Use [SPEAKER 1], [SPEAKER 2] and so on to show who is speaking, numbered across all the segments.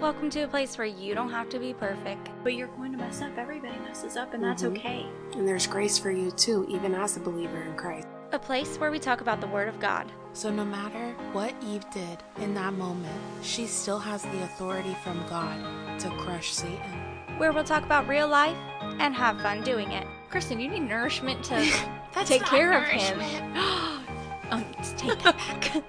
[SPEAKER 1] Welcome to a place where you don't have to be perfect.
[SPEAKER 2] But you're going to mess up. Everybody messes up, and that's
[SPEAKER 3] Mhm.
[SPEAKER 2] okay.
[SPEAKER 3] And there's grace for you too, even as a believer in Christ.
[SPEAKER 1] A place where we talk about the Word of God.
[SPEAKER 4] So, no matter what Eve did in that moment, she still has the authority from God to crush Satan.
[SPEAKER 1] where we'll talk about real life and have fun doing it. Kristen, you need nourishment to
[SPEAKER 4] That's
[SPEAKER 1] take
[SPEAKER 4] not
[SPEAKER 1] care of
[SPEAKER 4] nourishment.
[SPEAKER 1] him. um, just take that back.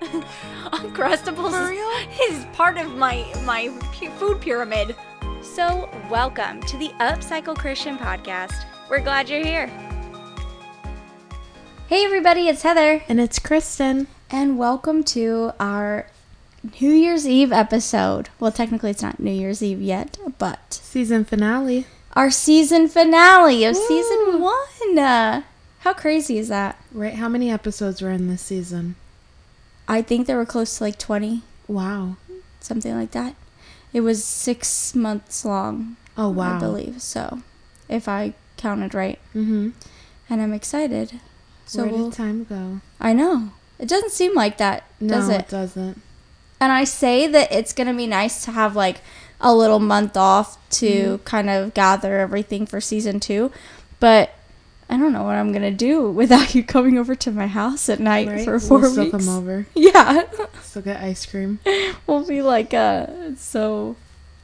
[SPEAKER 1] Uncrustables
[SPEAKER 4] For
[SPEAKER 1] is-
[SPEAKER 4] real?
[SPEAKER 1] is, part of my my pu- food pyramid. So, welcome to the Upcycle Christian Podcast. We're glad you're here. Hey, everybody, it's Heather,
[SPEAKER 4] And it's Kristen.
[SPEAKER 5] And welcome to our New Year's Eve episode. Well, technically, it's not New Year's Eve yet, but
[SPEAKER 4] Season finale.
[SPEAKER 5] our season finale of season one. Uh, how crazy is that?
[SPEAKER 4] Right? How many episodes were in this season?
[SPEAKER 5] I think they were close to like 20,
[SPEAKER 4] Wow.
[SPEAKER 5] something like that. It was six months long,
[SPEAKER 4] Oh, wow.
[SPEAKER 5] I believe. So, if I counted right,
[SPEAKER 4] Mm-hmm.
[SPEAKER 5] and I'm excited. So,
[SPEAKER 4] Where
[SPEAKER 5] we'll,
[SPEAKER 4] did time go?
[SPEAKER 5] I know. It doesn't seem like that,
[SPEAKER 4] No,
[SPEAKER 5] does it?
[SPEAKER 4] doesn't.
[SPEAKER 5] and I say that it's gonna be nice to have like a little month off to
[SPEAKER 4] Mm-hmm.
[SPEAKER 5] kind of gather everything for season two, but I don't know what I'm gonna do without you coming over to my house at night
[SPEAKER 4] Right?
[SPEAKER 5] for 4
[SPEAKER 4] we'll still
[SPEAKER 5] weeks.
[SPEAKER 4] come over.
[SPEAKER 5] Yeah,
[SPEAKER 4] Still get ice cream.
[SPEAKER 5] we'll be like uh, so.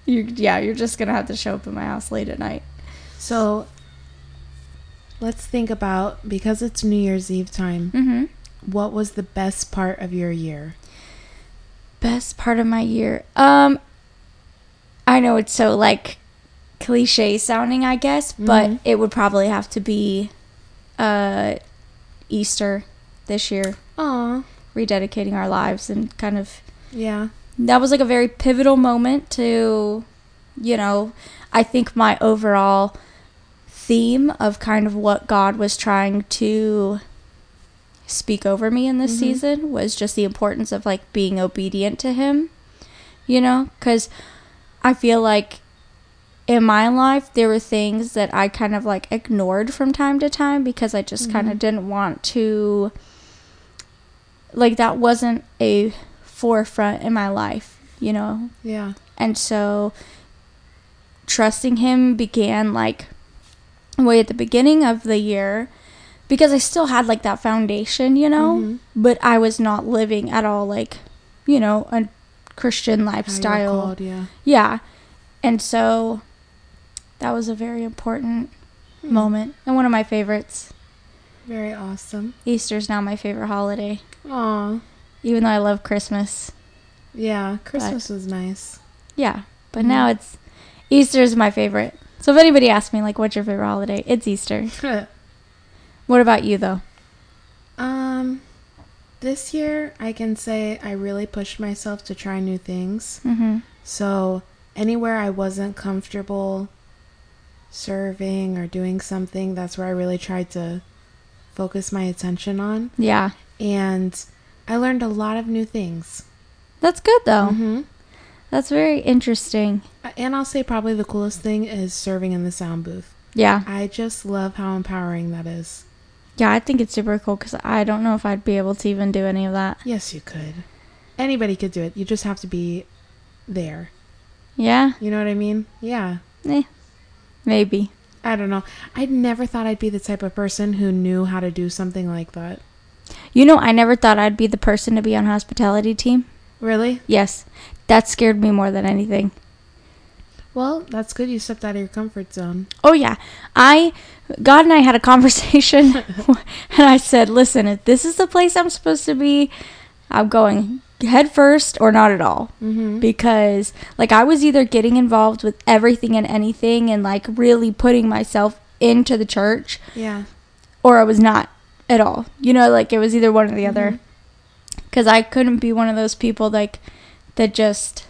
[SPEAKER 5] You yeah, you're just gonna have to show up at my house late at night.
[SPEAKER 4] So, let's think about because it's New Year's Eve time,
[SPEAKER 5] Mm-hmm.
[SPEAKER 4] what was the best part of your year?
[SPEAKER 5] Best part of my year. Um, I know it's so like cliche sounding, I guess,
[SPEAKER 4] Mhm.
[SPEAKER 5] but it would probably have to be uh, Easter this year,
[SPEAKER 4] Aw.
[SPEAKER 5] rededicating our lives and kind of
[SPEAKER 4] Yeah.
[SPEAKER 5] that was like a very pivotal moment to you know i think my overall theme of kind of what god was trying to speak over me in this
[SPEAKER 4] Mhm.
[SPEAKER 5] season was just the importance of like being obedient to him you know because i feel like in my life there were things that i kind of like ignored from time to time because i just kind of didn't want to like that wasn't a forefront in my life you know
[SPEAKER 4] Yeah.
[SPEAKER 5] and so trusting him began like way at the beginning of the year because I still had like that foundation, you know,
[SPEAKER 4] Mhm.
[SPEAKER 5] but I was not living at all like, you know, a Christian
[SPEAKER 4] How you're
[SPEAKER 5] lifestyle.
[SPEAKER 4] called, yeah.
[SPEAKER 5] Yeah. And so that was a very important
[SPEAKER 4] Hmm.
[SPEAKER 5] moment and one of my favorites.
[SPEAKER 4] Very awesome.
[SPEAKER 5] Easter's now my favorite holiday,
[SPEAKER 4] Aw.
[SPEAKER 5] even though I love Christmas.
[SPEAKER 4] Yeah, Christmas was nice.
[SPEAKER 5] Yeah, but now it's Easter's my favorite. So if anybody asks me like what's your favorite holiday, it's Easter. What about you though?
[SPEAKER 4] um, this year I can say I really pushed myself to try new things.
[SPEAKER 5] Mhm.
[SPEAKER 4] So anywhere I wasn't comfortable serving or doing something, that's where I really tried to focus my attention on,
[SPEAKER 5] Yeah.
[SPEAKER 4] and I learned a lot of new things.
[SPEAKER 5] That's good though.
[SPEAKER 4] Mm-hmm.
[SPEAKER 5] That's very interesting.
[SPEAKER 4] And I'll say probably the coolest thing is serving in the sound booth.
[SPEAKER 5] Yeah.
[SPEAKER 4] I just love how empowering that is.
[SPEAKER 5] Yeah, I think it's super cool cuz I don't know if I'd be able to even do any of that.
[SPEAKER 4] Yes, you could. Anybody could do it. You just have to be there.
[SPEAKER 5] Yeah?
[SPEAKER 4] You know what I mean? Yeah.
[SPEAKER 5] Eh. Maybe.
[SPEAKER 4] I don't know. I never thought I'd be the type of person who knew how to do something like that.
[SPEAKER 5] You know, I never thought I'd be the person to be on hospitality team.
[SPEAKER 4] Really?
[SPEAKER 5] Yes. That scared me more than anything.
[SPEAKER 4] Well, that's good. You stepped out of your comfort zone.
[SPEAKER 5] Oh yeah, I God and I had a conversation, and I said, "Listen, if this is the place I'm supposed to be, I'm going head first or not at all."
[SPEAKER 4] Mm-hmm.
[SPEAKER 5] Because like I was either getting involved with everything and anything, and like really putting myself into the church,
[SPEAKER 4] yeah.
[SPEAKER 5] or I was not at all. You know, like it was either one or the
[SPEAKER 4] Mm-hmm.
[SPEAKER 5] other. Because I couldn't be one of those people like that just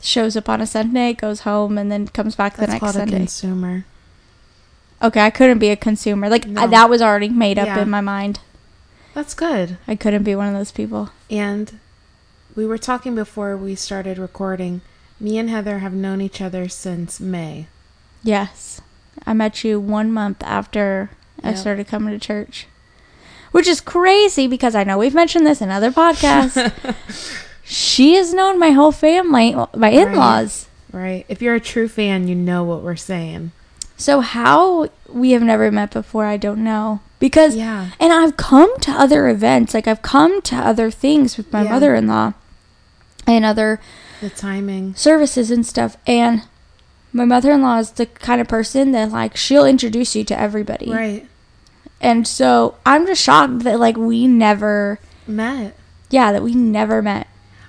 [SPEAKER 5] shows up on a Sunday, goes home, and then comes back the
[SPEAKER 4] that's
[SPEAKER 5] next
[SPEAKER 4] called a
[SPEAKER 5] Sunday.
[SPEAKER 4] consumer.
[SPEAKER 5] Okay, I couldn't be a consumer. Like I,
[SPEAKER 4] No.
[SPEAKER 5] that was already made up
[SPEAKER 4] Yeah.
[SPEAKER 5] in my mind.
[SPEAKER 4] That's good.
[SPEAKER 5] I couldn't be one of those people.
[SPEAKER 4] And we were talking before we started recording. Me and Heather have known each other since May.
[SPEAKER 5] Yes. I met you 1 month after I
[SPEAKER 4] Yep.
[SPEAKER 5] started coming to church. Which is crazy because I know we've mentioned this in other podcasts, she has known my whole family, my in laws.
[SPEAKER 4] right? If you're a true fan, you know what we're saying.
[SPEAKER 5] So how we have never met before, I don't know. Because
[SPEAKER 4] Yeah.
[SPEAKER 5] and I've come to other events, like I've come to other things with my
[SPEAKER 4] Yeah.
[SPEAKER 5] mother-in-law and other
[SPEAKER 4] The timing.
[SPEAKER 5] services and stuff and my mother-in-law is the kind of person that like she'll introduce you to everybody.
[SPEAKER 4] Right.
[SPEAKER 5] And so I'm just shocked that like we never
[SPEAKER 4] Met.
[SPEAKER 5] yeah, that we never met.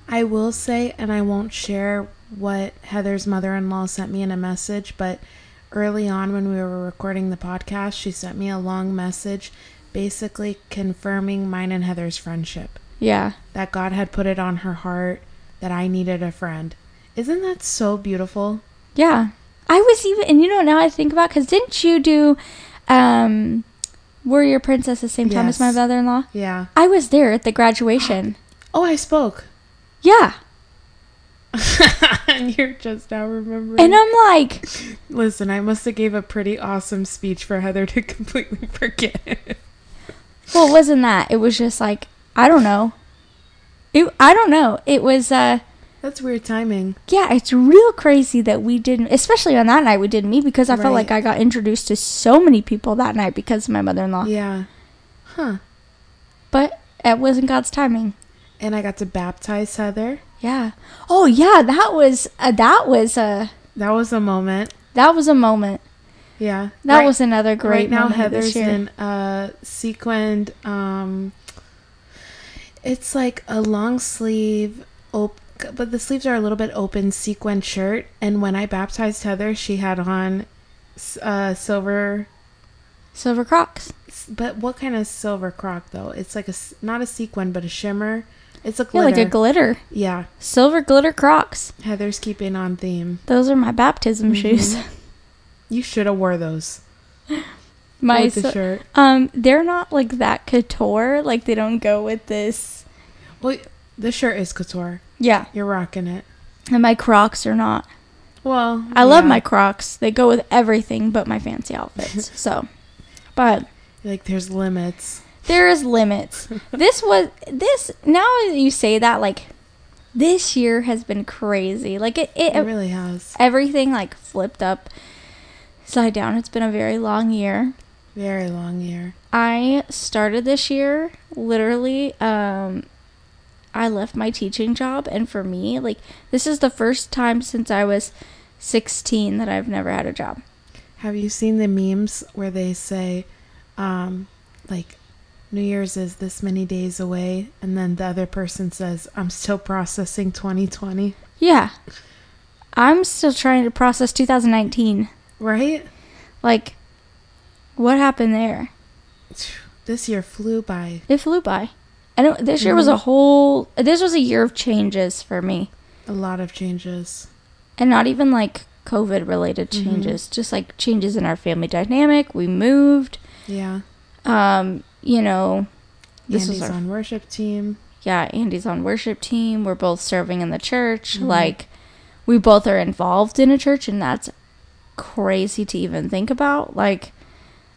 [SPEAKER 4] I will say, and I won't share what Heather's mother in law sent me in a message, but early on when we were recording the podcast, she sent me a long message basically confirming mine and Heather's friendship.
[SPEAKER 5] Yeah.
[SPEAKER 4] That God had put it on her heart that I needed a friend. Isn't that so beautiful?
[SPEAKER 5] Yeah. I was even and you know now I think about cuz didn't you do um Warrior Princess the same time as my
[SPEAKER 4] Yes.
[SPEAKER 5] mother-in-law?
[SPEAKER 4] Yeah.
[SPEAKER 5] I was there at the graduation.
[SPEAKER 4] Oh, I spoke.
[SPEAKER 5] Yeah.
[SPEAKER 4] and you're just now remembering.
[SPEAKER 5] And I'm like,
[SPEAKER 4] Listen, I must have gave a pretty awesome speech for Heather to completely forget.
[SPEAKER 5] well, it wasn't that. It was just like, I don't know. It, I don't know. It was, uh,
[SPEAKER 4] That's weird timing.
[SPEAKER 5] yeah, it's real crazy that we didn't, especially on that night we didn't meet because I felt like
[SPEAKER 4] Right.
[SPEAKER 5] I got introduced to so many people that night because of my mother in law.
[SPEAKER 4] Yeah. Huh.
[SPEAKER 5] But it wasn't God's timing.
[SPEAKER 4] And I got to baptize Heather.
[SPEAKER 5] Yeah. Oh, yeah, that was, uh, that was, uh,
[SPEAKER 4] That was a moment.
[SPEAKER 5] that was a moment.
[SPEAKER 4] Yeah.
[SPEAKER 5] That
[SPEAKER 4] Right-
[SPEAKER 5] was another great
[SPEAKER 4] right now.
[SPEAKER 5] moment of this
[SPEAKER 4] Heather's
[SPEAKER 5] year.
[SPEAKER 4] in a sequined. Um, it's like a long sleeve, op- but the sleeves are a little bit open sequin shirt. And when I baptized Heather, she had on s- uh, silver.
[SPEAKER 5] Silver Crocs.
[SPEAKER 4] s- But what kind of silver croc though? It's like a s- not a sequin, but a shimmer. It's a
[SPEAKER 5] Yeah,
[SPEAKER 4] glitter.
[SPEAKER 5] like a glitter.
[SPEAKER 4] yeah.
[SPEAKER 5] Silver glitter Crocs.
[SPEAKER 4] Heather's keeping on theme.
[SPEAKER 5] Those are my
[SPEAKER 4] Mm-hmm.
[SPEAKER 5] baptism shoes.
[SPEAKER 4] You should have wore those
[SPEAKER 5] my
[SPEAKER 4] with the
[SPEAKER 5] so-
[SPEAKER 4] shirt.
[SPEAKER 5] Um, they're not like that couture. Like they don't go with this.
[SPEAKER 4] Well, the shirt is couture.
[SPEAKER 5] Yeah,
[SPEAKER 4] You're rocking it.
[SPEAKER 5] and my Crocs are not.
[SPEAKER 4] Well,
[SPEAKER 5] I love
[SPEAKER 4] yeah.
[SPEAKER 5] my Crocs. They go with everything but my fancy outfits. so, but
[SPEAKER 4] like. There's limits.
[SPEAKER 5] there is limits. this was this. Now that you say that, like this year has been crazy. Like it, it,
[SPEAKER 4] It really has.
[SPEAKER 5] everything like flipped up, side down. It's been a very long year.
[SPEAKER 4] Very long year.
[SPEAKER 5] I started this year literally um I left my teaching job and for me like this is the first time since I was 16 that I've never had a job.
[SPEAKER 4] Have you seen the memes where they say, um, like, New Year's is this many days away, and then the other person says, "I'm still processing 2020."
[SPEAKER 5] Yeah. I'm still trying to process 2019.
[SPEAKER 4] Right?
[SPEAKER 5] Like what happened there?
[SPEAKER 4] This year flew by.
[SPEAKER 5] It flew by. I don't this year was a whole this was a year of changes for me
[SPEAKER 4] A lot of changes.
[SPEAKER 5] and not even like covid related changes, just like changes in our family dynamic. We moved
[SPEAKER 4] Yeah.
[SPEAKER 5] um, you know, this
[SPEAKER 4] Andy's
[SPEAKER 5] is our
[SPEAKER 4] on worship team.
[SPEAKER 5] yeah. Andy's on worship team. We're both serving in the church. Like, we both are involved in a church, and that's crazy to even think about. Like,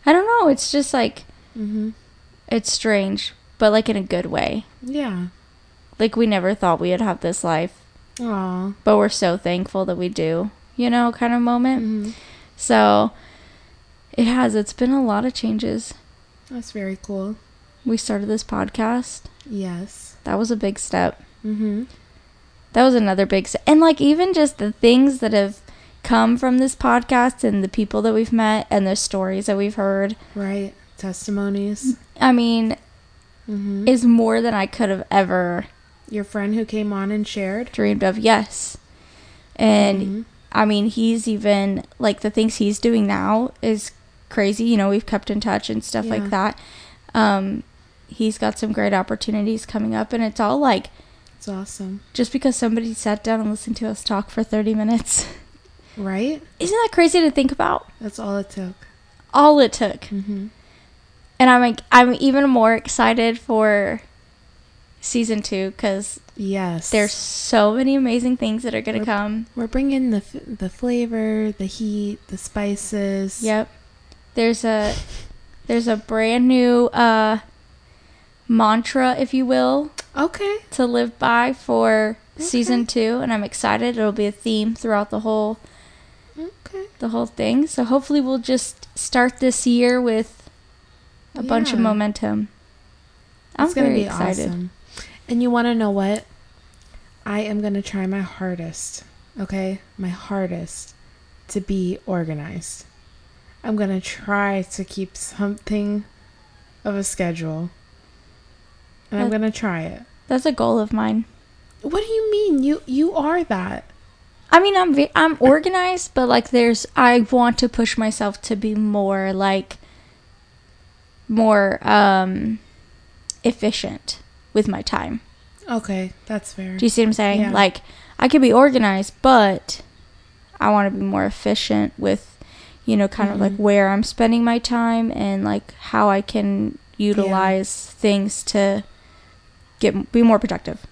[SPEAKER 5] I don't know. It's just like
[SPEAKER 4] Mm-hmm.
[SPEAKER 5] it's strange, but like in a good way.
[SPEAKER 4] Yeah.
[SPEAKER 5] Like we never thought we would have this life,
[SPEAKER 4] Aw.
[SPEAKER 5] but we're so thankful that we do. You know, kind of moment.
[SPEAKER 4] hmm
[SPEAKER 5] So it has. It's been a lot of changes.
[SPEAKER 4] That's very cool.
[SPEAKER 5] We started this podcast.
[SPEAKER 4] Yes.
[SPEAKER 5] That was a big step.
[SPEAKER 4] Mm-hmm.
[SPEAKER 5] That was another big s- and like even just the things that have come from this podcast and the people that we've met and the stories that we've heard.
[SPEAKER 4] Right. Testimonies.
[SPEAKER 5] I mean,
[SPEAKER 4] Mm-hmm.
[SPEAKER 5] is more than I could have ever
[SPEAKER 4] Your friend who came on and shared.
[SPEAKER 5] dreamed of. Yes. And
[SPEAKER 4] Mhm.
[SPEAKER 5] I mean, he's even like the things he's doing now is crazy. You know, we've kept in touch and stuff
[SPEAKER 4] Yeah.
[SPEAKER 5] like that. Um he's got some great opportunities coming up and it's all like
[SPEAKER 4] It's awesome.
[SPEAKER 5] just because somebody sat down and listened to us talk for 30 minutes.
[SPEAKER 4] Right?
[SPEAKER 5] Isn't that crazy to think about?
[SPEAKER 4] That's all it took.
[SPEAKER 5] All it took.
[SPEAKER 4] Mm-hmm.
[SPEAKER 5] and I'm like, I'm even more excited for season two because
[SPEAKER 4] Yes.
[SPEAKER 5] there's so many amazing things that are gonna
[SPEAKER 4] Yep.
[SPEAKER 5] come.
[SPEAKER 4] We're bringing the f- the flavor, the heat, the spices.
[SPEAKER 5] Yep. There's a there's a brand new uh, mantra, if you will,
[SPEAKER 4] Okay.
[SPEAKER 5] to live by for season two, and I'm excited. It'll be a theme throughout the whole
[SPEAKER 4] Okay.
[SPEAKER 5] the whole thing. So hopefully, we'll just start this year with a bunch of
[SPEAKER 4] Yeah.
[SPEAKER 5] momentum. I'm
[SPEAKER 4] It's gonna
[SPEAKER 5] very
[SPEAKER 4] be
[SPEAKER 5] excited.
[SPEAKER 4] awesome. And you want to know what? I am gonna try my hardest. Okay, my hardest to be organized. I'm gonna try to keep something of a schedule, and I'm
[SPEAKER 5] That-
[SPEAKER 4] gonna try it.
[SPEAKER 5] That's a goal of mine.
[SPEAKER 4] What do you mean? You you are that.
[SPEAKER 5] I mean, I'm ve- I'm organized, but like, there's I want to push myself to be more like more um efficient with my time.
[SPEAKER 4] Okay, that's fair.
[SPEAKER 5] Do you see what I'm saying?
[SPEAKER 4] Yeah.
[SPEAKER 5] Like, I could be organized, but I want to be more efficient with, you know, kind of like where I'm spending my time and like how I can utilize things to get be more productive.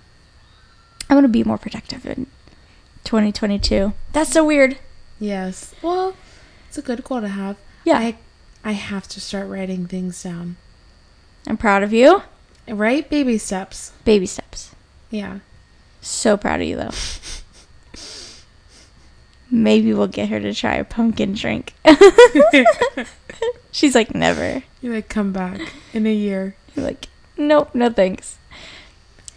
[SPEAKER 5] I want to be more productive in 2022. That's so weird.
[SPEAKER 4] Yes. Well, it's a good goal to have.
[SPEAKER 5] Yeah.
[SPEAKER 4] I I have to start writing things down.
[SPEAKER 5] I'm proud of you.
[SPEAKER 4] Right? Baby steps.
[SPEAKER 5] Baby steps.
[SPEAKER 4] Yeah.
[SPEAKER 5] So proud of you though. Maybe we'll get her to try a pumpkin drink. She's like never.
[SPEAKER 4] You like come back in a year.
[SPEAKER 5] You're like, nope, no thanks.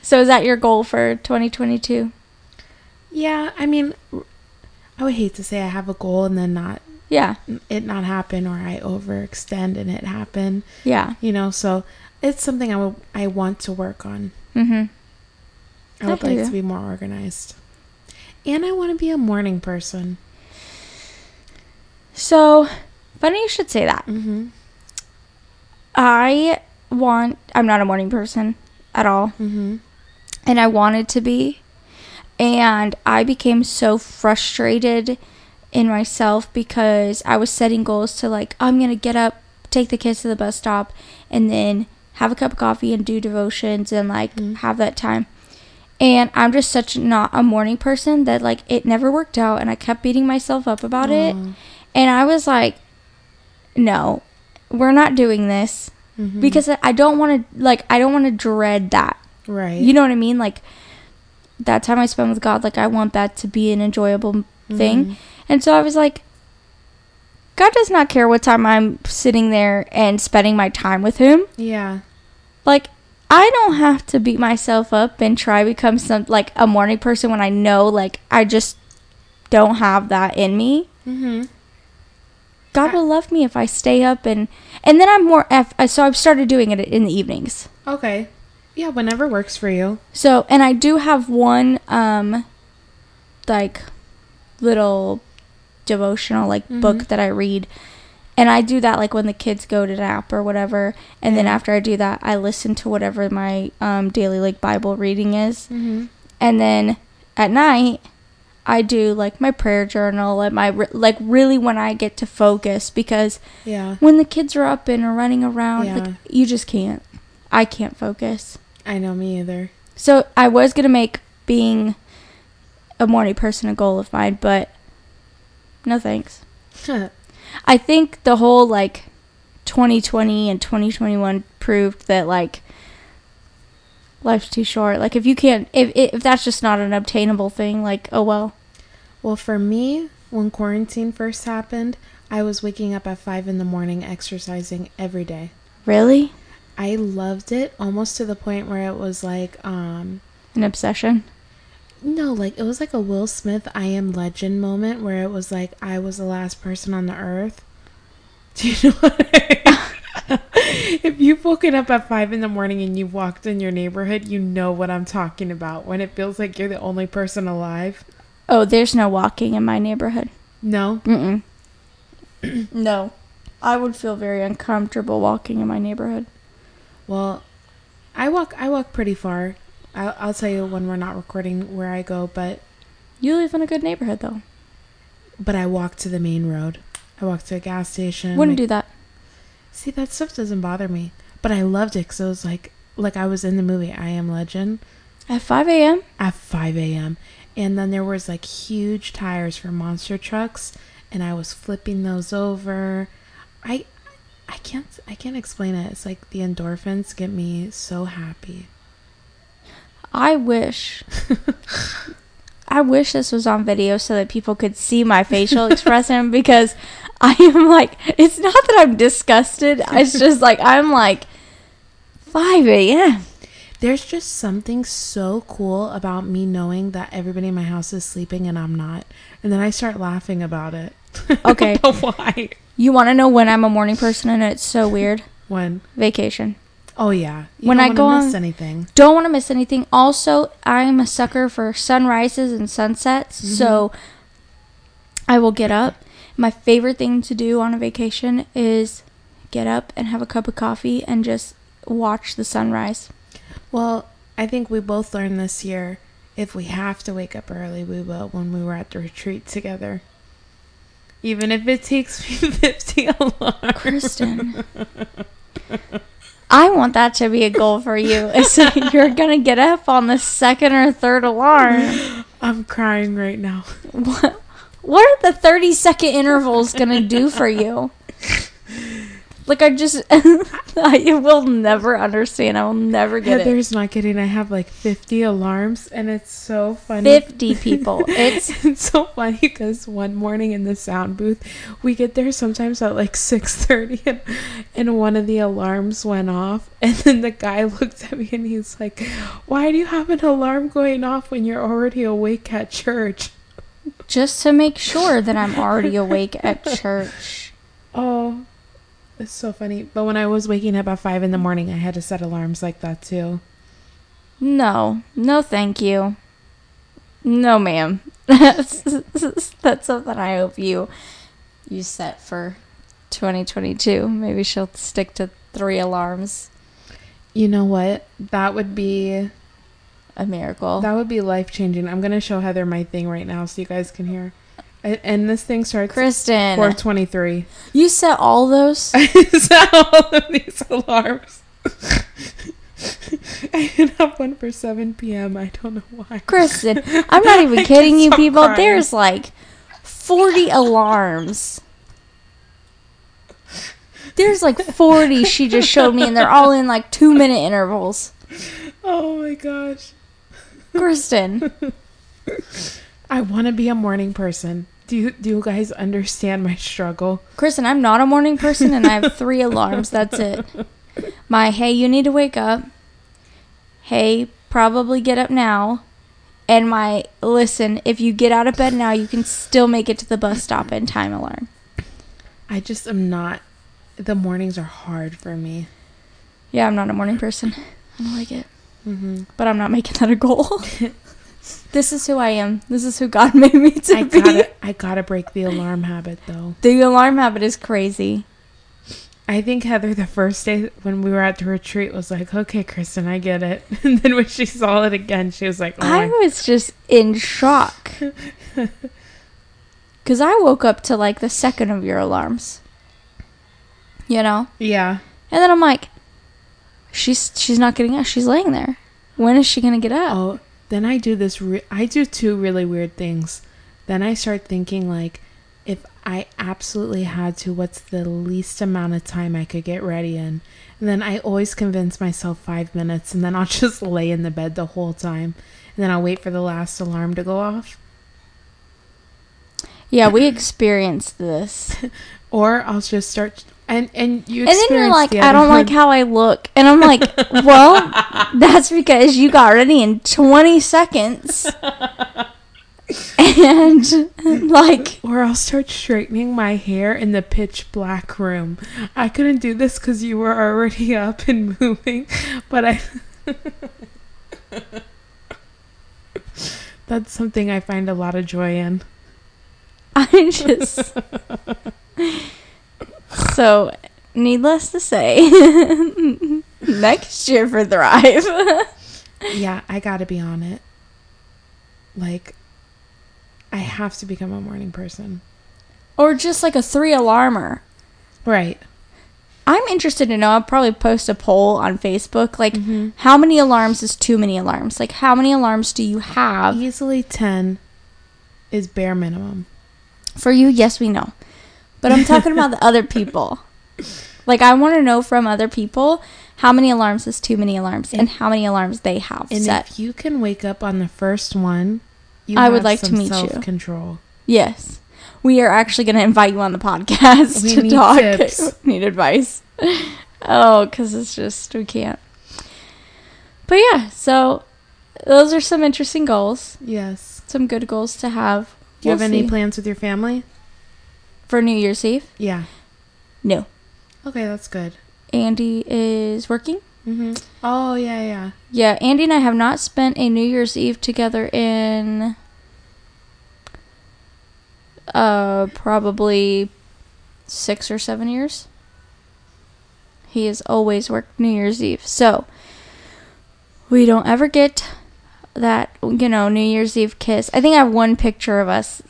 [SPEAKER 5] So is that your goal for 2022?
[SPEAKER 4] Yeah, I mean, r- I would hate to say I have a goal and then not
[SPEAKER 5] Yeah,
[SPEAKER 4] it not happen or I overextend and it happen.
[SPEAKER 5] yeah.
[SPEAKER 4] You know, so it's something I would I want to work on.
[SPEAKER 5] Mm-hmm.
[SPEAKER 4] I
[SPEAKER 5] I
[SPEAKER 4] would
[SPEAKER 5] hear
[SPEAKER 4] like
[SPEAKER 5] ya.
[SPEAKER 4] to be more organized. And I want to be a morning person.
[SPEAKER 5] So funny you should say that.
[SPEAKER 4] Mhm.
[SPEAKER 5] I want. I'm not a morning person at all,
[SPEAKER 4] Mhm.
[SPEAKER 5] and I wanted to be, and I became so frustrated in myself because I was setting goals to like I'm gonna get up, take the kids to the bus stop, and then have a cup of coffee and do devotions and like have that time. And I'm just such not a morning person that like it never worked out and I kept beating myself up about it. And I was like, no, we're not doing this
[SPEAKER 4] Mm-hmm.
[SPEAKER 5] because I- I don't want to like I don't want to dread that.
[SPEAKER 4] Right.
[SPEAKER 5] You know what I mean? Like that time I spent with God, like I want that to be an enjoyable m- thing. And so I was like, God does not care what time I'm sitting there and spending my time with Him.
[SPEAKER 4] yeah.
[SPEAKER 5] Like I don't have to beat myself up and try to become some like a morning person when I know like I just don't have that in me.
[SPEAKER 4] Mhm.
[SPEAKER 5] God
[SPEAKER 4] I-
[SPEAKER 5] will love me if I stay up and and then I'm more eff- so I've started doing it in the evenings.
[SPEAKER 4] Okay. Yeah, whenever works for you.
[SPEAKER 5] So, and I do have one, um, like, little devotional, like, book that I read. And I do that, like, when the kids go to nap or whatever. And then after I do that, I listen to whatever my um, daily, like, Bible reading is.
[SPEAKER 4] Mm-hmm.
[SPEAKER 5] And then at night, I do, like, my prayer journal and my, re- like, really when I get to focus because
[SPEAKER 4] Yeah,
[SPEAKER 5] when the kids are up and are running around, like,
[SPEAKER 4] Yeah.
[SPEAKER 5] you just can't. I can't focus.
[SPEAKER 4] I know me either.
[SPEAKER 5] So I was gonna make being a morning person a goal of mine, but no thanks. I think the whole like 2020 and 2021 proved that like life's too short. Like if you can't, if if if that's just not an obtainable thing, like oh well.
[SPEAKER 4] well, for me, when quarantine first happened, I was waking up at five in the morning exercising every day.
[SPEAKER 5] Really?
[SPEAKER 4] I loved it almost to the point where it was like, um,
[SPEAKER 5] An obsession.
[SPEAKER 4] no, like it was like a Will Smith I Am Legend moment where it was like I was the last person on the earth. Do you know what I mean? If you've woken up at five in the morning and you've walked in your neighborhood, you know what I'm talking about when it feels like you're the only person alive.
[SPEAKER 5] Oh, there's no walking in my neighborhood.
[SPEAKER 4] No?
[SPEAKER 5] Mm-mm. no. I would feel very uncomfortable walking in my neighborhood.
[SPEAKER 4] Well, I walk. I walk pretty far. I'll, I'll tell you when we're not recording where I go, but
[SPEAKER 5] You live in a good neighborhood though.
[SPEAKER 4] but I walk to the main road. I walk to a gas station.
[SPEAKER 5] Wouldn't
[SPEAKER 4] like-
[SPEAKER 5] do that.
[SPEAKER 4] See that stuff doesn't bother me, but I loved it because it was like like I was in the movie I Am Legend
[SPEAKER 5] At 5 a.m.?
[SPEAKER 4] at 5 a.m. and then there was like huge tires for monster trucks, and I was flipping those over. I I can't I can't explain it. It's like the endorphins get me so happy.
[SPEAKER 5] I wish. I wish this was on video so that people could see my facial expression because I am like, it's not that I'm disgusted. It's just like, I'm like, 5 a.m.
[SPEAKER 4] There's just something so cool about me knowing that everybody in my house is sleeping and I'm not. And then I start laughing about it.
[SPEAKER 5] Okay.
[SPEAKER 4] I don't know why.
[SPEAKER 5] You want to know when I'm a morning person and it's so weird?
[SPEAKER 4] When?
[SPEAKER 5] Vacation.
[SPEAKER 4] Oh, yeah. You
[SPEAKER 5] When
[SPEAKER 4] don't
[SPEAKER 5] I
[SPEAKER 4] wanna
[SPEAKER 5] go on-
[SPEAKER 4] miss anything.
[SPEAKER 5] Don't want to miss anything. Also, I'm a sucker for sunrises and sunsets. So I will get up. My favorite thing to do on a vacation is get up and have a cup of coffee and just watch the sunrise.
[SPEAKER 4] Well, I think we both learned this year if we have to wake up early, we will when we were at the retreat together. Even if it takes me 50 alarms.
[SPEAKER 5] Kristen. I want that to be a goal for you. Is that you're going to get up on the second or third alarm.
[SPEAKER 4] I'm crying right now.
[SPEAKER 5] What, what are the 30 second intervals going to do for you? Like, I just, I will never understand. I will never get it.
[SPEAKER 4] Heather's not kidding. I have like 50 alarms, and it's so funny.
[SPEAKER 5] 50 people. It's
[SPEAKER 4] it's so funny because one morning in the sound booth we get there sometimes at like 6.30 and, and one of the alarms went off and then the guy looked at me and he's like why do you have an alarm going off when you're already awake at church
[SPEAKER 5] just to make sure that I'm already awake at church.
[SPEAKER 4] oh it's so funny but when i was waking up at 5 in the morning i had to set alarms like that too
[SPEAKER 5] No, no, thank you. No, ma'am. That's that's something I hope you you set for 2022. Maybe she'll stick to three alarms.
[SPEAKER 4] you know what Oh. that would be
[SPEAKER 5] A miracle.
[SPEAKER 4] that would be life changing i'm gonna show heather my thing right now so you guys can hear and, and this thing starts
[SPEAKER 5] Kristen,
[SPEAKER 4] 423
[SPEAKER 5] you set all those.
[SPEAKER 4] I set all of these alarms. I did have one for 7 p.m. I don't know why.
[SPEAKER 5] Kristen, I'm not even
[SPEAKER 4] I
[SPEAKER 5] kidding
[SPEAKER 4] guess
[SPEAKER 5] you,
[SPEAKER 4] I'm
[SPEAKER 5] people.
[SPEAKER 4] crying.
[SPEAKER 5] There's like 40 alarms. There's like 40 she just showed me, and they're all in like two minute intervals.
[SPEAKER 4] Oh my gosh.
[SPEAKER 5] Kristen,
[SPEAKER 4] I want to be a morning person. Do you do you guys understand my struggle?
[SPEAKER 5] Kristen, I'm not a morning person, and I have three alarms. That's it. My hey, you need to wake up. Hey, probably get up now. And my listen, if you get out of bed now, you can still make it to the bus stop in time alarm.
[SPEAKER 4] I just am not. The mornings are hard for me.
[SPEAKER 5] Yeah, I'm not a morning person. I don't like it.
[SPEAKER 4] Mm-hmm.
[SPEAKER 5] But I'm not making that a goal. this is who I am. This is who God made me to
[SPEAKER 4] I
[SPEAKER 5] be.
[SPEAKER 4] gotta I gotta break the alarm habit though.
[SPEAKER 5] The alarm habit is crazy.
[SPEAKER 4] I think Heather the first day when we were at the retreat was like, okay, Kristen, I get it. And then when she saw it again, she was like, oh
[SPEAKER 5] I
[SPEAKER 4] my
[SPEAKER 5] was just in shock. Because I woke up to like the second of your alarms. You know?
[SPEAKER 4] yeah.
[SPEAKER 5] And then I'm like, she's she's not getting up. She's laying there. When is she going to get up?
[SPEAKER 4] Oh, then I do this. Re- I do two really weird things. Then I start thinking like, if I absolutely had to, what's the least amount of time I could get ready in? And then I always convince myself five minutes, and then I'll just lay in the bed the whole time, and then I'll wait for the last alarm to go off,
[SPEAKER 5] Yeah, we experienced this.
[SPEAKER 4] or I'll just start. And and you.
[SPEAKER 5] And then you're
[SPEAKER 4] experienced
[SPEAKER 5] like,
[SPEAKER 4] the
[SPEAKER 5] I
[SPEAKER 4] other
[SPEAKER 5] don't like
[SPEAKER 4] one.
[SPEAKER 5] how I look. And I'm like, well, that's because you got ready in 20 seconds. And like,
[SPEAKER 4] Or I'll start straightening my hair in the pitch black room. I couldn't do this because you were already up and moving, but I. That's something I find a lot of joy in.
[SPEAKER 5] I just. So, needless to say, next year for Thrive.
[SPEAKER 4] Yeah, I gotta be on it. Like, I have to become a morning person.
[SPEAKER 5] Or just like a three alarmer.
[SPEAKER 4] Right.
[SPEAKER 5] I'm interested to know. I'll probably post a poll on Facebook. Like, how many alarms is too many alarms? Like, how many alarms do you have?
[SPEAKER 4] Easily 10 is bare minimum.
[SPEAKER 5] For you, yes, we know. But I'm talking about the other people. Like I want to know from other people how many alarms is too many alarms and, how many alarms they have
[SPEAKER 4] And
[SPEAKER 5] set.
[SPEAKER 4] if you can wake up on the first one, you
[SPEAKER 5] I would like to meet you.
[SPEAKER 4] Control.
[SPEAKER 5] yes. We are actually going to invite you on the podcast
[SPEAKER 4] We
[SPEAKER 5] to
[SPEAKER 4] need
[SPEAKER 5] talk.
[SPEAKER 4] tips.
[SPEAKER 5] need advice. oh, cuz it's just we can't. But yeah, so those are some interesting goals.
[SPEAKER 4] Yes.
[SPEAKER 5] Some good goals to have.
[SPEAKER 4] Do you
[SPEAKER 5] We'll
[SPEAKER 4] have any
[SPEAKER 5] see.
[SPEAKER 4] plans with your family?
[SPEAKER 5] for New Year's Eve?
[SPEAKER 4] Yeah.
[SPEAKER 5] No.
[SPEAKER 4] Okay, that's good.
[SPEAKER 5] Andy is working.
[SPEAKER 4] Mm-hmm. Oh yeah, yeah.
[SPEAKER 5] Yeah, Andy and I have not spent a New Year's Eve together in uh probably 6 or 7 years. He has always worked New Year's Eve. So, we don't ever get that, you know, New Year's Eve kiss. I think I have one picture of us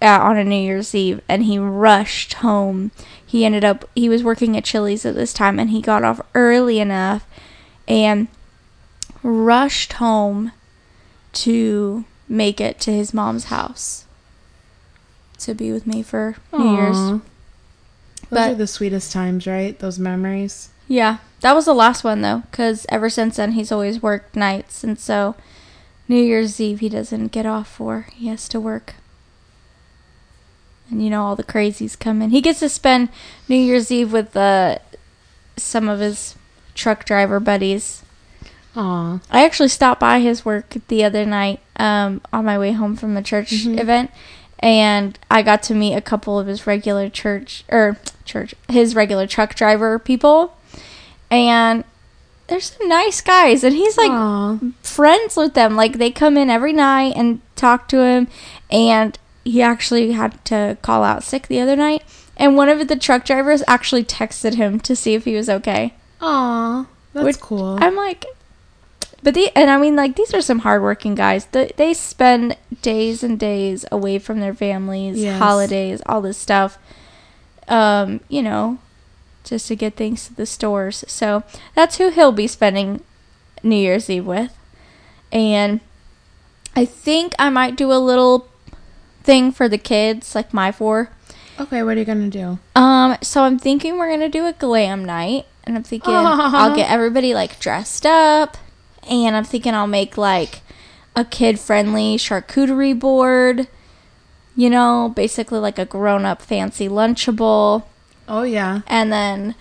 [SPEAKER 5] out on a New Year's Eve and he rushed home. He ended up he was working at Chili's at this time and he got off early enough and rushed home to make it to his mom's house to be with me for New Year's.
[SPEAKER 4] Aw. Those
[SPEAKER 5] But-
[SPEAKER 4] are the sweetest times, right? Those memories.
[SPEAKER 5] Yeah, that was the last one though, because ever since then he's always worked nights, and so New Year's Eve he doesn't get off for. He has to work. And you know all the crazies come in. He gets to spend New Year's Eve with uh, some of his truck driver buddies.
[SPEAKER 4] Aw.
[SPEAKER 5] I actually stopped by his work the other night um, on my way home from the church event, and I got to meet a couple of his regular church or church his regular truck driver people, and they're some nice guys, and he's like
[SPEAKER 4] Aw.
[SPEAKER 5] friends with them. Like they come in every night and talk to him, and he actually had to call out sick the other night, and one of the truck drivers actually texted him to see if he was okay.
[SPEAKER 4] Aw. That's
[SPEAKER 5] Which-
[SPEAKER 4] cool.
[SPEAKER 5] I'm like, but the and I mean like these are some hardworking guys. They they spend days and days away from their families,
[SPEAKER 4] Yes.
[SPEAKER 5] holidays, all this stuff. Um, you know, just to get things to the stores. So that's who he'll be spending New Year's Eve with, and I think I might do a little thing for the kids, like my four.
[SPEAKER 4] okay, what are you gonna do?
[SPEAKER 5] Um, so I'm thinking we're gonna do a glam night, and I'm thinking
[SPEAKER 4] Aw.
[SPEAKER 5] I'll get everybody like dressed up, and I'm thinking I'll make like a kid friendly charcuterie board, you know, basically like a grown up fancy lunchable,
[SPEAKER 4] Oh yeah.
[SPEAKER 5] and then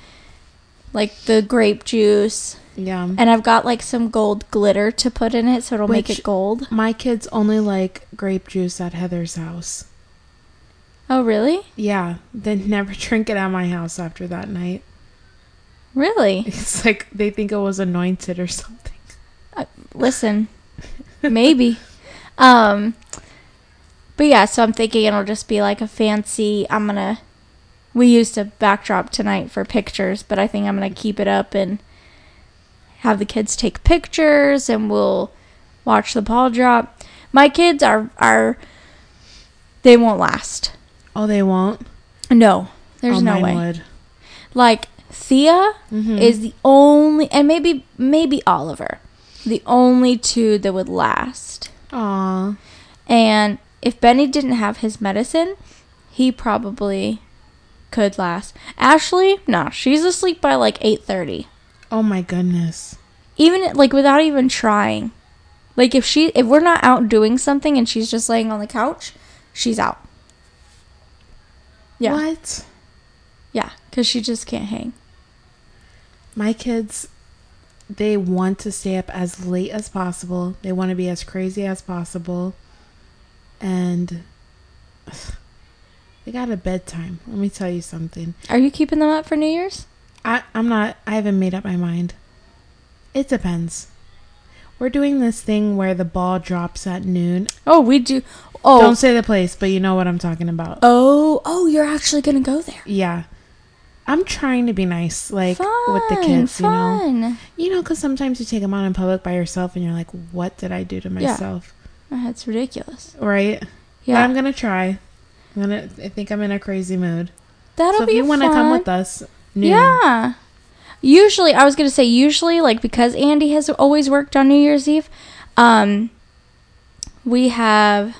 [SPEAKER 5] like the grape juice,
[SPEAKER 4] Yeah.
[SPEAKER 5] and I've got like some gold glitter to put in it, so it'll make
[SPEAKER 4] Which-
[SPEAKER 5] it gold.
[SPEAKER 4] My kids only like grape juice at Heather's house.
[SPEAKER 5] Oh, really?
[SPEAKER 4] Yeah, they never drink it at my house after that night.
[SPEAKER 5] Really?
[SPEAKER 4] It's like they think it was anointed or something.
[SPEAKER 5] listen maybe um but yeah so i'm thinking it'll just be like a fancy i'm gonna we used a backdrop tonight for pictures but i think i'm gonna keep it up and have the kids take pictures and we'll watch the ball drop my kids are are they won't last
[SPEAKER 4] Oh, they won't.
[SPEAKER 5] no there's
[SPEAKER 4] Oh,
[SPEAKER 5] no
[SPEAKER 4] mine
[SPEAKER 5] way
[SPEAKER 4] Would. Mm-hmm.
[SPEAKER 5] like Thea is the only and maybe maybe Oliver the only two that would last
[SPEAKER 4] Aw.
[SPEAKER 5] and if Benny didn't have his medicine he probably could last Ashley no she's asleep by like 8:30
[SPEAKER 4] Oh my goodness.
[SPEAKER 5] even like without even trying like if she if we're not out doing something and she's just laying on the couch she's out yeah
[SPEAKER 4] What?
[SPEAKER 5] yeah cuz she just can't hang
[SPEAKER 4] My kids, they want to stay up as late as possible. They want to be as crazy as possible, and they got a bedtime. Let me tell you something.
[SPEAKER 5] are you keeping them up for new year's
[SPEAKER 4] I, I'm not. I haven't made up my mind. It depends. We're doing this thing where the ball drops at noon.
[SPEAKER 5] oh we do oh
[SPEAKER 4] Don't say the place, but you know what I'm talking about.
[SPEAKER 5] Oh, oh, you're actually gonna go there.
[SPEAKER 4] Yeah. I'm trying to be nice, like with the
[SPEAKER 5] Fun,
[SPEAKER 4] kids, you know.
[SPEAKER 5] fun.
[SPEAKER 4] You know, because sometimes you take them out in public by yourself, and you're like, "What did I do to myself?"
[SPEAKER 5] That's ridiculous.
[SPEAKER 4] Right?
[SPEAKER 5] Yeah,
[SPEAKER 4] I'm gonna try. I'm gonna. I think I'm in a crazy mood.
[SPEAKER 5] that'll
[SPEAKER 4] so if
[SPEAKER 5] be
[SPEAKER 4] you
[SPEAKER 5] fun.
[SPEAKER 4] to come with us, noon.
[SPEAKER 5] yeah. Usually, I was gonna say usually, like because Andy has always worked on New Year's Eve. Um, we have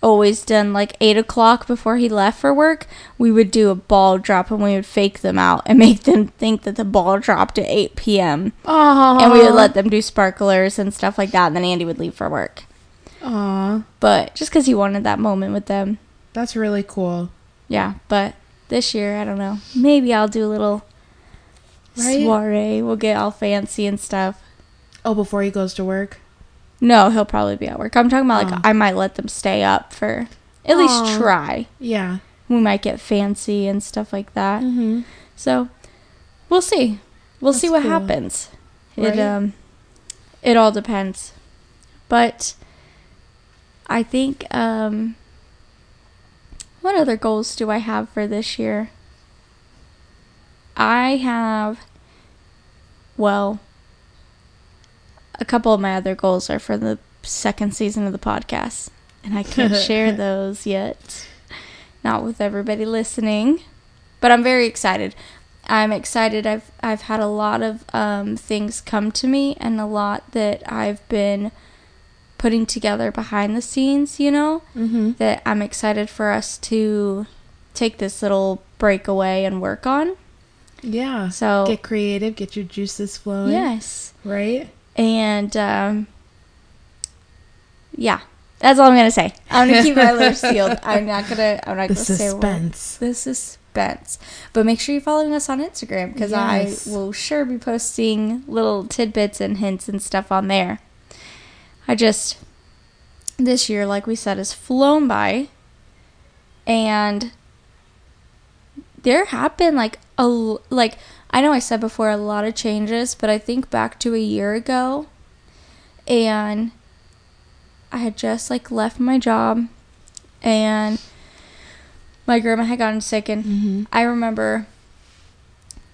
[SPEAKER 5] always done like eight o'clock before he left for work, we would do a ball drop and we would fake them out and make them think that the ball dropped at 8 p.m.
[SPEAKER 4] Aww.
[SPEAKER 5] And we would let them do sparklers and stuff like that. And then Andy would leave for work.
[SPEAKER 4] Aww.
[SPEAKER 5] But just because he wanted that moment with them.
[SPEAKER 4] That's really cool.
[SPEAKER 5] Yeah. But this year, I don't know. Maybe I'll do a little
[SPEAKER 4] Right?
[SPEAKER 5] soiree. We'll get all fancy and stuff.
[SPEAKER 4] Oh, before he goes to work.
[SPEAKER 5] No, he'll probably be at work. I'm talking about
[SPEAKER 4] Oh.
[SPEAKER 5] like I might let them stay up for at
[SPEAKER 4] Aw.
[SPEAKER 5] least try.
[SPEAKER 4] Yeah.
[SPEAKER 5] We might get fancy and stuff like that.
[SPEAKER 4] Mm-hmm.
[SPEAKER 5] So we'll see. We'll see what
[SPEAKER 4] That's cool.
[SPEAKER 5] happens.
[SPEAKER 4] Right?
[SPEAKER 5] It um it all depends. But I think um what other goals do I have for this year? I have well a couple of my other goals are for the second season of the podcast and I can't share those yet. Not with everybody listening but I'm very excited. I'm excited. I've I've had a lot of um, things come to me, and a lot that I've been putting together behind the scenes. You know
[SPEAKER 4] Mm-hmm.
[SPEAKER 5] that I'm excited for us to take this little break away and work on.
[SPEAKER 4] Yeah.
[SPEAKER 5] So
[SPEAKER 4] get creative. Get your juices flowing.
[SPEAKER 5] yes,
[SPEAKER 4] Right.
[SPEAKER 5] and um, yeah, that's all I'm gonna say. I'm gonna keep my lips sealed. I'm not gonna. I'm not
[SPEAKER 4] The
[SPEAKER 5] gonna say a word.
[SPEAKER 4] suspense.
[SPEAKER 5] the suspense. But make sure you're following us on Instagram because
[SPEAKER 4] Yes.
[SPEAKER 5] I will sure be posting little tidbits and hints and stuff on there. I just, this year, like we said, has flown by. And there have been like a, l- like, I know I said before a lot of changes, but I think back to a year ago and I had just like left my job and my grandma had gotten sick and
[SPEAKER 4] Mm-hmm.
[SPEAKER 5] I remember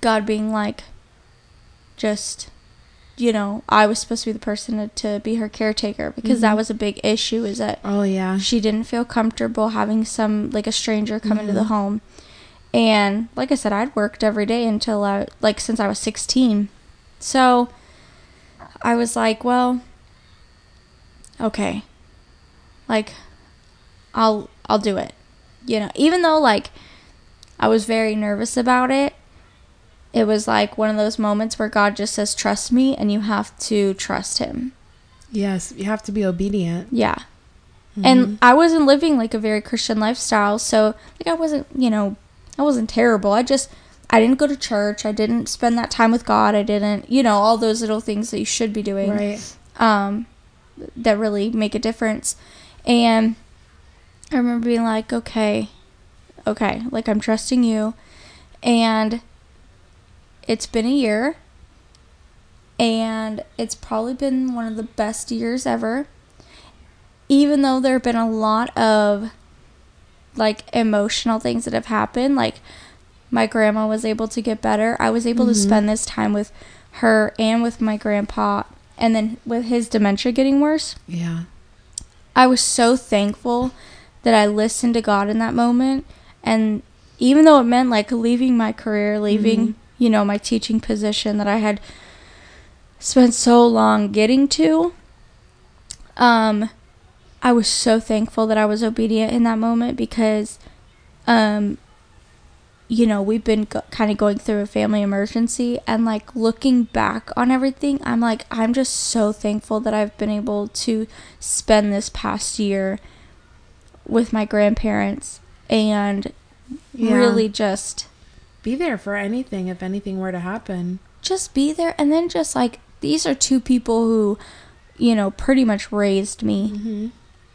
[SPEAKER 5] God being like, just, you know, I was supposed to be the person to, to be her caretaker because that was a big issue is that
[SPEAKER 4] Oh yeah.
[SPEAKER 5] she didn't feel comfortable having some, like a stranger come into the home. And like I said, I'd worked every day until I, like, since I was 16. So I was like, well, okay. Like, I'll, I'll do it. You know, even though, like, I was very nervous about it. It was like one of those moments where God just says, trust me, and you have to trust Him.
[SPEAKER 4] Yes. You have to be obedient.
[SPEAKER 5] Yeah.
[SPEAKER 4] Mm-hmm.
[SPEAKER 5] And I wasn't living like a very Christian lifestyle, so like I wasn't, you know, I wasn't terrible. I just I didn't go to church. I didn't spend that time with God. I didn't, you know, all those little things that you should be doing
[SPEAKER 4] Mm-hmm. Right.
[SPEAKER 5] um, that really make a difference. And I remember being like, okay, okay, like I'm trusting you. And it's been a year, and it's probably been one of the best years ever. Even though there have been a lot of like emotional things that have happened, like my grandma was able to get better. I was able to spend this time with her and with my grandpa, and then with his dementia getting worse.
[SPEAKER 4] Yeah.
[SPEAKER 5] I was so thankful that I listened to God in that moment. And even though it meant like leaving my career, leaving, you know, my teaching position that I had spent so long getting to, um, I was so thankful that I was obedient in that moment because, um, you know, we've been go- kind of going through a family emergency, and like looking back on everything, I'm like, I'm just so thankful that I've been able to spend this past year with my grandparents and
[SPEAKER 4] Yeah.
[SPEAKER 5] really just
[SPEAKER 4] be there for anything if anything were to happen.
[SPEAKER 5] just be there and then just like these are two people who you know pretty much raised me
[SPEAKER 4] Mhm.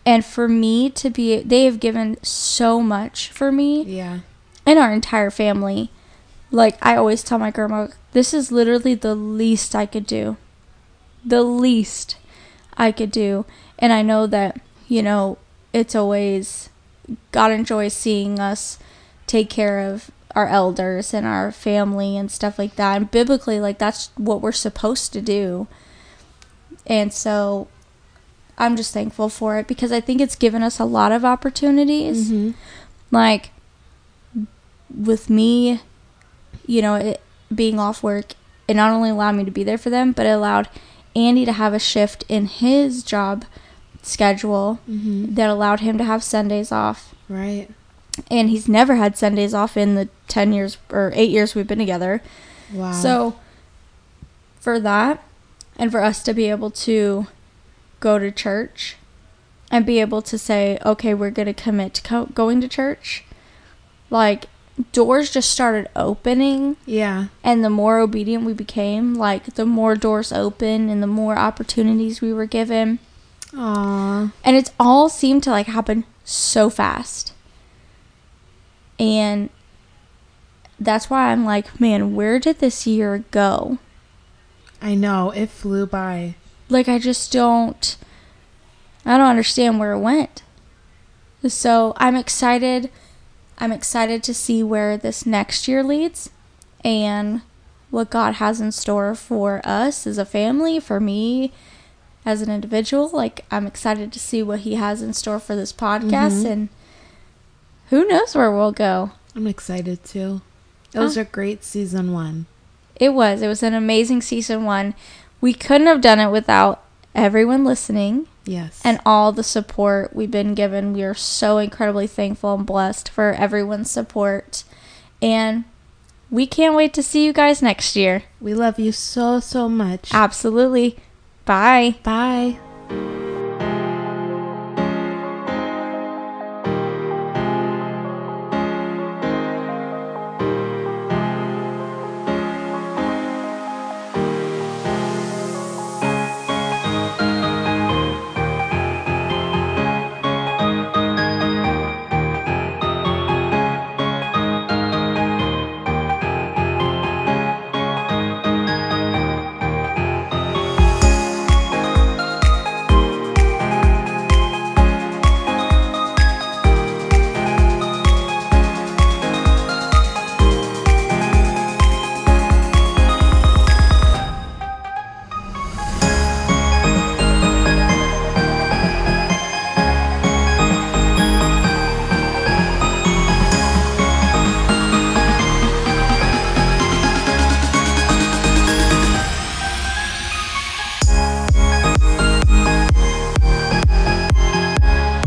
[SPEAKER 5] and for me to be they have given so much for me
[SPEAKER 4] Yeah.
[SPEAKER 5] and our entire family. Like I always tell my grandma, this is literally the least I could do. The least I could do. And I know that, you know, it's always God enjoys seeing us take care of our elders and our family and stuff like that. And biblically, like that's what we're supposed to do. And so I'm just thankful for it because I think it's given us a lot of opportunities
[SPEAKER 4] Mhm.
[SPEAKER 5] like with me you know it, being off work it not only allowed me to be there for them but it allowed andy to have a shift in his job schedule that allowed him to have Sundays off.
[SPEAKER 4] Right.
[SPEAKER 5] And he's never had Sundays off in the 10 years or 8 years we've been together.
[SPEAKER 4] Wow.
[SPEAKER 5] So for that and for us to be able to go to church and be able to say, okay, we're going to commit to co- going to church, like doors just started opening.
[SPEAKER 4] yeah.
[SPEAKER 5] And the more obedient we became, like the more doors open and the more opportunities we were given.
[SPEAKER 4] Aw.
[SPEAKER 5] And it's all seemed to like happen so fast. And that's why I'm like, man, where did this year go?
[SPEAKER 4] I know it flew by.
[SPEAKER 5] like I just don't I don't understand where it went. So I'm excited I'm excited to see where this next year leads and what God has in store for us as a family, for me as an individual. Like I'm excited to see what he has in store for this podcast and who knows where we'll go.
[SPEAKER 4] I'm excited too. It was a great season one.
[SPEAKER 5] It was. It was an amazing season 1. We couldn't have done it without everyone listening.
[SPEAKER 4] Yes.
[SPEAKER 5] and all the support we've been given. We are so incredibly thankful and blessed for everyone's support. And we can't wait to see you guys next year.
[SPEAKER 4] we love you so so much.
[SPEAKER 5] Absolutely. Bye.
[SPEAKER 4] Bye.